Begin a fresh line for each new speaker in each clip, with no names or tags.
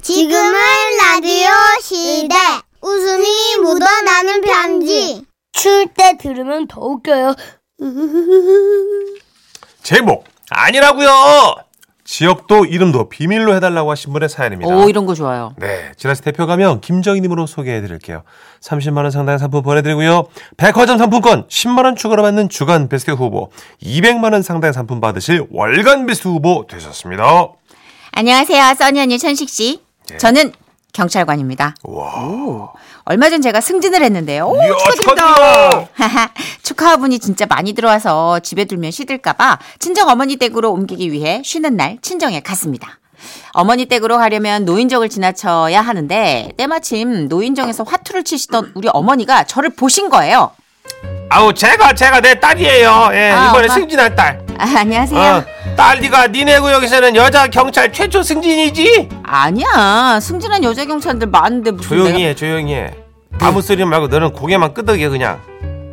지금은 라디오 시대. 웃음이 묻어나는 편지.
추울 때 들으면 더 웃겨요.
제목 아니라고요. 지역도 이름도 비밀로 해달라고 하신 분의 사연입니다.
오 이런 거 좋아요.
네, 지라시 대표 가면 김정희님으로 소개해드릴게요. 30만 원 상당의 상품 보내드리고요. 백화점 상품권 10만 원 추가로 받는 주간 베스트 후보, 200만 원 상당의 상품 받으실 월간 베스트 후보 되셨습니다.
안녕하세요, 써니 언니 천식 씨. 저는 경찰관입니다.
와,
얼마 전 제가 승진을 했는데요. 오,
이야,
축하드립니다. 축하분이 진짜 많이 들어와서 집에 둘면 시들까봐 친정 어머니 댁으로 옮기기 위해 쉬는 날 친정에 갔습니다. 어머니 댁으로 가려면 노인정을 지나쳐야 하는데 때마침 노인정에서 화투를 치시던 우리 어머니가 저를 보신 거예요.
아우 제가 제가 내 딸이에요. 예,
아,
이번에
엄마.
승진한 딸.
아, 안녕하세요.
어, 딸이가 니네 구역에서는 여자 경찰 최초 승진이지?
네. 아니야. 승진한 여자 경찰들 많은데 무슨
조용히 해, 조용히 해. 아무 소리 말고 너는 고개만 끄덕여 그냥.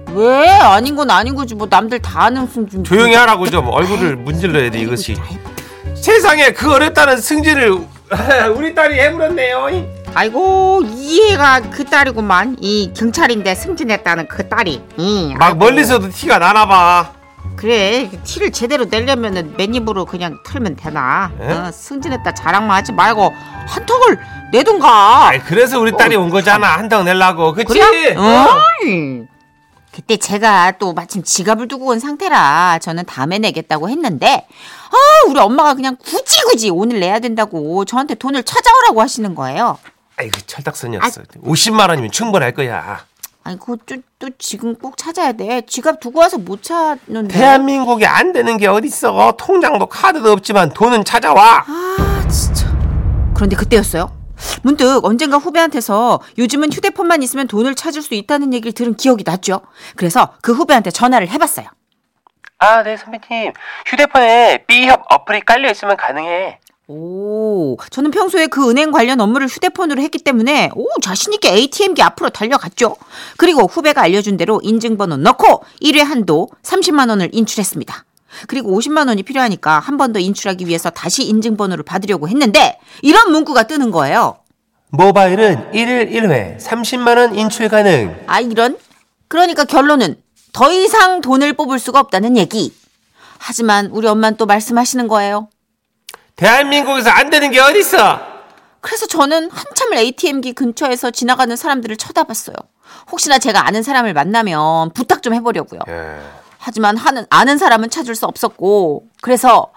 내가 왜 아닌 건 아닌 거지 뭐 남들 다 아는 승진
조용히 하라고 좀 얼굴을 문질러야 돼 이것이. 세상에 그 어렵다는 승진을 우리 딸이 해물었네요.
아이고 이해가 그 딸이구만 이 경찰인데 승진했다는 그 딸이 이,
막 멀리서도 티가 나나 봐.
그래 티를 제대로 내려면은 맨입으로 그냥 틀면 되나
에?
어, 승진했다 자랑만 하지 말고 한턱을 내던가
아이 그래서 우리 딸이 온 거잖아 한턱 내려고 그치?
그래? 어이. 그때 제가 또 마침 지갑을 두고 온 상태라 저는 다음에 내겠다고 했는데 아 우리 엄마가 그냥 굳이 굳이 오늘 내야 된다고 저한테 돈을 찾아오라고 하시는 거예요.
아이고 그 철딱선이었어. 50만 원이면 충분할 거야.
아니 그거 또, 또 지금 꼭 찾아야 돼. 지갑 두고 와서 못 찾는데.
대한민국에 안 되는 게 어딨어. 통장도 카드도 없지만 돈은 찾아와.
아 진짜. 그런데 그때였어요. 문득 언젠가 후배한테서 요즘은 휴대폰만 있으면 돈을 찾을 수 있다는 얘기를 들은 기억이 났죠. 그래서 그 후배한테 전화를 해봤어요.
아, 네, 선배님. 휴대폰에 B협 어플이 깔려 있으면 가능해.
오, 저는 평소에 그 은행 관련 업무를 휴대폰으로 했기 때문에 오 자신있게 ATM기 앞으로 달려갔죠. 그리고 후배가 알려준 대로 인증번호 넣고 1회 한도 30만 원을 인출했습니다. 그리고 50만 원이 필요하니까 한 번 더 인출하기 위해서 다시 인증번호를 받으려고 했는데 이런 문구가 뜨는 거예요.
모바일은 1일 1회 30만 원 인출 가능.
아 이런? 그러니까 결론은 더 이상 돈을 뽑을 수가 없다는 얘기. 하지만 우리 엄마는 또 말씀하시는 거예요.
대한민국에서 안 되는 게 어딨어.
그래서 저는 한참을 ATM기 근처에서 지나가는 사람들을 쳐다봤어요. 혹시나 제가 아는 사람을 만나면 부탁 좀 해보려고요. 하지만 하는, 아는 사람은 찾을 수 없었고, 그래서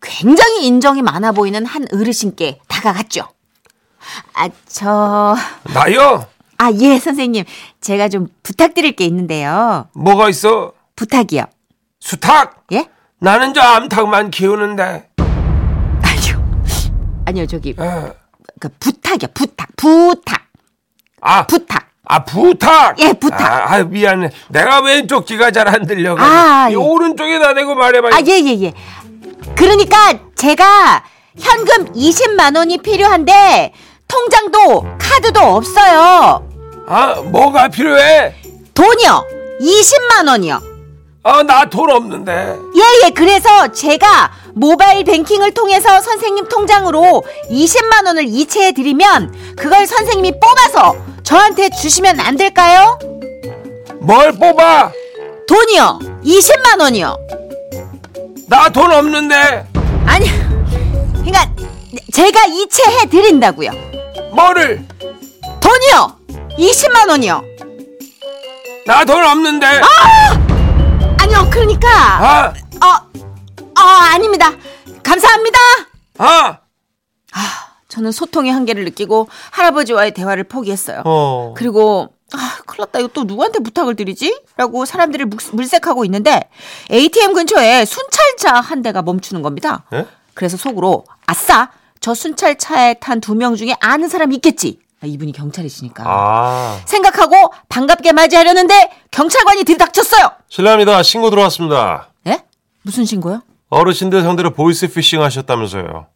굉장히 인정이 많아 보이는 한 어르신께 다가갔죠. 아, 저,
나요?
아, 예, 선생님. 제가 좀 부탁드릴 게 있는데요.
뭐가 있어?
부탁이요.
수탉?
예?
나는 저 암탉만 키우는데.
아니요. 아니요, 저기,
예.
그 부탁이요, 부탁, 부탁,
아,
부탁.
아 부탁.
예, 부탁.
아, 아, 미안해. 내가 왼쪽 귀가 잘 안 들려.
아,
이
예.
오른쪽에다 대고 말해봐.
아, 예, 예, 예. 그러니까 제가 현금 20만 원이 필요한데 통장도 카드도 없어요.
아, 뭐가 필요해?
돈이요. 20만 원이요.
아, 나 돈 없는데.
예, 예. 그래서 제가 모바일 뱅킹을 통해서 선생님 통장으로 20만 원을 이체해 드리면 그걸 선생님이 뽑아서 저한테 주시면 안 될까요?
뭘 뽑아?
돈이요. 20만 원이요.
나 돈 없는데.
아니. 그러니까 제가 이체해 드린다고요.
뭐를?
돈이요. 20만 원이요.
나 돈 없는데.
아! 아니요, 그러니까
아,
어, 어 아닙니다. 감사합니다.
아.
저는 소통의 한계를 느끼고 할아버지와의 대화를 포기했어요.
어.
그리고 아, 큰일 났다. 이거 또 누구한테 부탁을 드리지? 라고 사람들을 묵- 물색하고 있는데 ATM 근처에 순찰차 한 대가 멈추는 겁니다.
예?
그래서 속으로 아싸! 저 순찰차에 탄 두 명 중에 아는 사람이 있겠지. 아, 이분이 경찰이시니까.
아.
생각하고 반갑게 맞이하려는데 경찰관이 들이닥쳤어요.
실례합니다. 신고 들어왔습니다.
예? 무슨 신고요?
어르신들 상대로 보이스 피싱 하셨다면서요.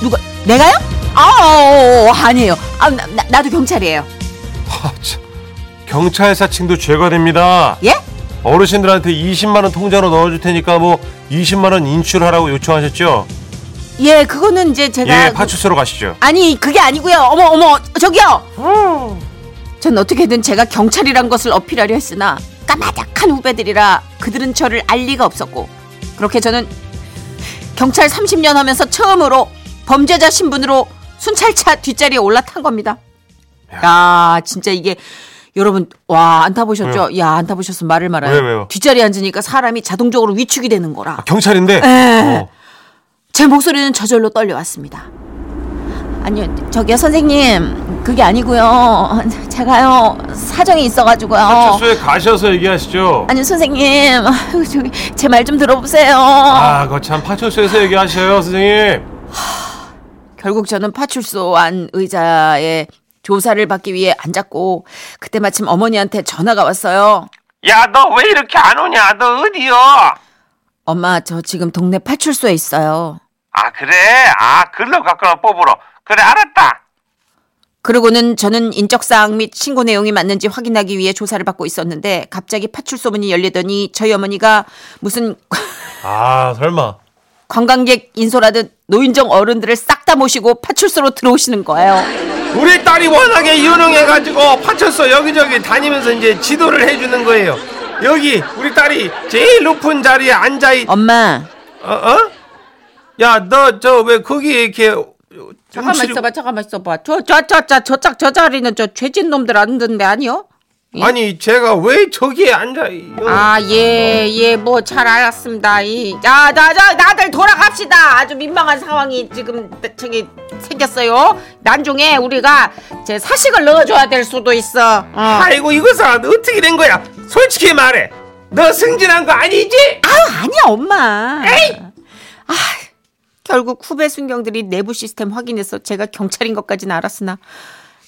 누가 내가요? 아 아니에요. 아 나, 나- 나도 경찰이에요.
아, 참. 경찰 사칭도 죄가 됩니다.
예?
어르신들한테 20만 원 통장으로 넣어줄 테니까 뭐 20만 원 인출하라고 요청하셨죠?
예, 그거는 이제 제가
예, 파출소로 가시죠.
아니 그게 아니고요. 어머 어머 저기요. 전 어떻게든 제가 경찰이란 것을 어필하려 했으나 까마득한 후배들이라 그들은 저를 알 리가 없었고 그렇게 저는 경찰 30년 하면서 처음으로 범죄자 신분으로 순찰차 뒷자리에 올라탄 겁니다. 야 진짜 이게 여러분 와 안 타보셨죠? 야 안 타보셨으면 말을 말아요.
왜요, 왜요?
뒷자리에 앉으니까 사람이 자동적으로 위축이 되는 거라.
아, 경찰인데.
예.
어.
제 목소리는 저절로 떨려왔습니다. 아니요, 저기요 선생님 그게 아니고요. 제가요 사정이 있어가지고요.
파출소에 가셔서 얘기하시죠.
아니 선생님 아이고, 저기 제 말 좀 들어보세요.
아, 거참 파출소에서 얘기하셔요, 선생님.
결국 저는 파출소 안 의자에 조사를 받기 위해 앉았고 그때 마침 어머니한테 전화가 왔어요.
야, 너 왜 이렇게 안 오냐? 너 어디요?
엄마 저 지금 동네 파출소에 있어요.
아, 그래? 아, 글로 갔구나, 뽑으러. 그래, 알았다.
그러고는 저는 인적사항 및 신고 내용이 맞는지 확인하기 위해 조사를 받고 있었는데 갑자기 파출소 문이 열리더니 저희 어머니가 무슨
아, 설마.
관광객 인솔하듯 노인정 어른들을 싹 다 모시고 파출소로 들어오시는 거예요.
우리 딸이 워낙에 유능해가지고 파출소 여기저기 다니면서 이제 지도를 해주는 거예요. 여기 우리 딸이 제일 높은 자리에 앉아 있. 어?
엄마.
어? 야, 너 저 왜 거기 이렇게
잠깐만
움츠리고-
있어봐, 잠깐만 있어봐. 저, 저, 저, 저, 저, 저, 저 자리는 저 죄진 놈들 앉는데 아니요?
아니, 제가 왜 저기에 앉아? 있-
예? 아, 예, 예, 뭐 잘 알았습니다. 이, 야, 나, 자, 나들 돌아갑시다. 아주 민망한 상황이 지금 저기 생겼어요. 난중에 우리가 제 사식을 넣어줘야 될 수도 있어. 어.
아이고 이것은 어떻게 된 거야? 솔직히 말해. 너 승진한 거 아니지?
아니야 엄마. 아, 결국 후배 순경들이 내부 시스템 확인해서 제가 경찰인 것까지는 알았으나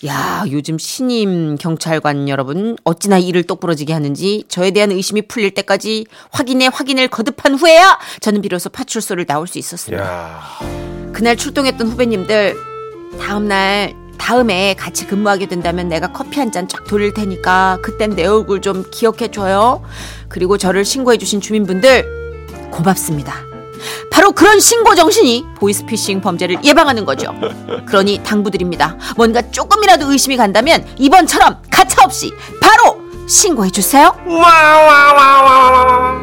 야 요즘 신임 경찰관 여러분 어찌나 일을 똑부러지게 하는지 저에 대한 의심이 풀릴 때까지 확인에 확인을 거듭한 후에야 저는 비로소 파출소를 나올 수 있었습니다.
야.
그날 출동했던 후배님들 다음 날 다음에 같이 근무하게 된다면 내가 커피 한 잔 쫙 돌릴 테니까 그땐 내 얼굴 좀 기억해 줘요. 그리고 저를 신고해 주신 주민분들 고맙습니다. 바로 그런 신고 정신이 보이스피싱 범죄를 예방하는 거죠. 그러니 당부드립니다. 뭔가 조금이라도 의심이 간다면 이번처럼 가차없이 바로 신고해 주세요.
와와와와와.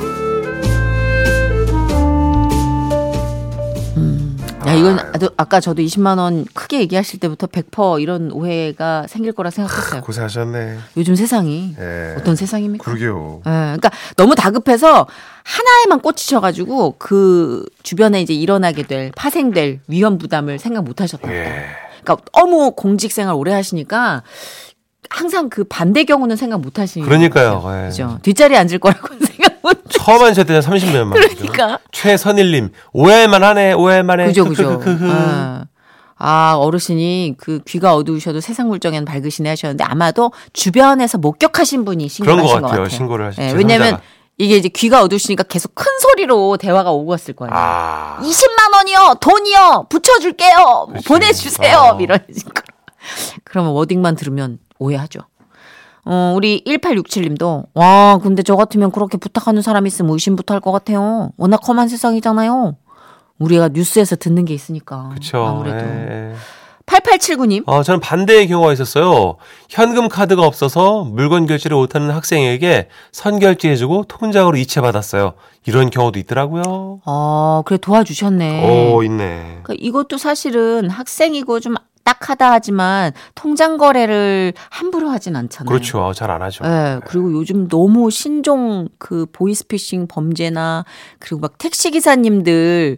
야 이건 아, 까 저도 20만 원 크게 얘기하실 때부터 100% 이런 오해가 생길 거라 생각했어요.
고생하셨네.
요즘 세상이
예.
어떤 세상입니까?
그러게요.
예, 그러니까 너무 다급해서 하나에만 꽂히셔가지고 그 주변에 이제 일어나게 될 파생될 위험 부담을 생각 못 하셨다.
예.
그러니까 너무 공직 생활 오래 하시니까 항상 그 반대 경우는 생각 못 하시는
그러니까요. 예. 그렇죠.
거죠. 뒷자리에 앉을 거라고는 생각 못.
처음 하실 때는 30년 만.
그러니까.
최선일님 오해만 하네. 오해만 해.
그죠 그죠.
크크크크크.
예. 아 어르신이 그 귀가 어두우셔도 세상 물정엔 밝으시네 하셨는데 아마도 주변에서 목격하신 분이 신고하신
그런
것
것
같아요.
같아요. 신고를 하신
예,
제
왜냐면
상자가.
이게 이제 귀가 어두우시니까 계속 큰 소리로 대화가 오고 갔을 거예요.
아.
20만 원이요, 돈이요, 붙여줄게요, 뭐
그치.
보내주세요,
어.
이런 식으로. 그러면 워딩만 들으면 오해하죠. 어, 우리 1867님도, 와, 근데 저 같으면 그렇게 부탁하는 사람 있으면 의심부터 할 것 같아요. 워낙 험한 세상이잖아요. 우리가 뉴스에서 듣는 게 있으니까.
그렇죠.
아무래도.
예.
8879님,
어, 저는 반대의 경우가 있었어요. 현금 카드가 없어서 물건 결제를 못하는 학생에게 선결제해주고 통장으로 이체받았어요. 이런 경우도 있더라고요.
아, 그래 도와주셨네.
오, 있네.
그러니까 이것도 사실은 학생이고 좀 딱하다 하지만 통장 거래를 함부로 하진 않잖아요.
그렇죠. 잘 안 하죠.
예, 그리고 요즘 너무 신종 그 보이스피싱 범죄나 그리고 막 택시 기사님들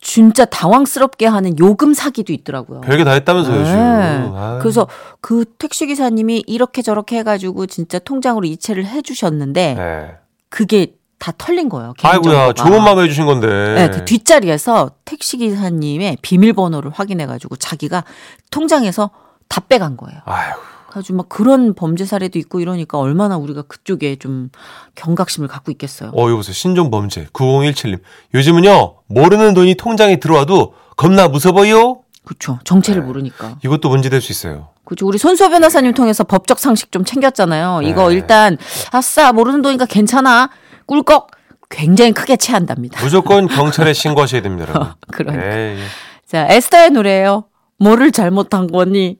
진짜 당황스럽게 하는 요금 사기도 있더라고요.
별게 다 했다면서요,
예.
요즘. 아유.
그래서 그 택시 기사님이 이렇게 저렇게 해가지고 진짜 통장으로 이체를 해주셨는데
예.
그게 다 털린 거예요.
아이고야,
네. 개인정보가.
좋은 마음 해주신 건데.
네, 그 뒷자리에서 택시 기사님의 비밀번호를 확인해가지고 자기가 통장에서 다 빼간 거예요.
아이고,
아주 막 그런 범죄 사례도 있고 이러니까 얼마나 우리가 그쪽에 좀 경각심을 갖고 있겠어요.
어, 여보세요. 신종범죄. 9017님. 요즘은요, 모르는 돈이 통장에 들어와도 겁나 무서워요?
그렇죠. 정체를 모르니까.
이것도 문제될 수 있어요.
그렇죠. 우리 손수호 변호사님 통해서 법적 상식 좀 챙겼잖아요. 이거
네.
일단 아싸 모르는 돈이니까 괜찮아. 꿀꺽 굉장히 크게 체한답니다.
무조건 경찰에 신고하셔야 됩니다, 여러분.
그러니까.
예, 예.
자, 에스터의 노래예요. 뭐를 잘못한 거니?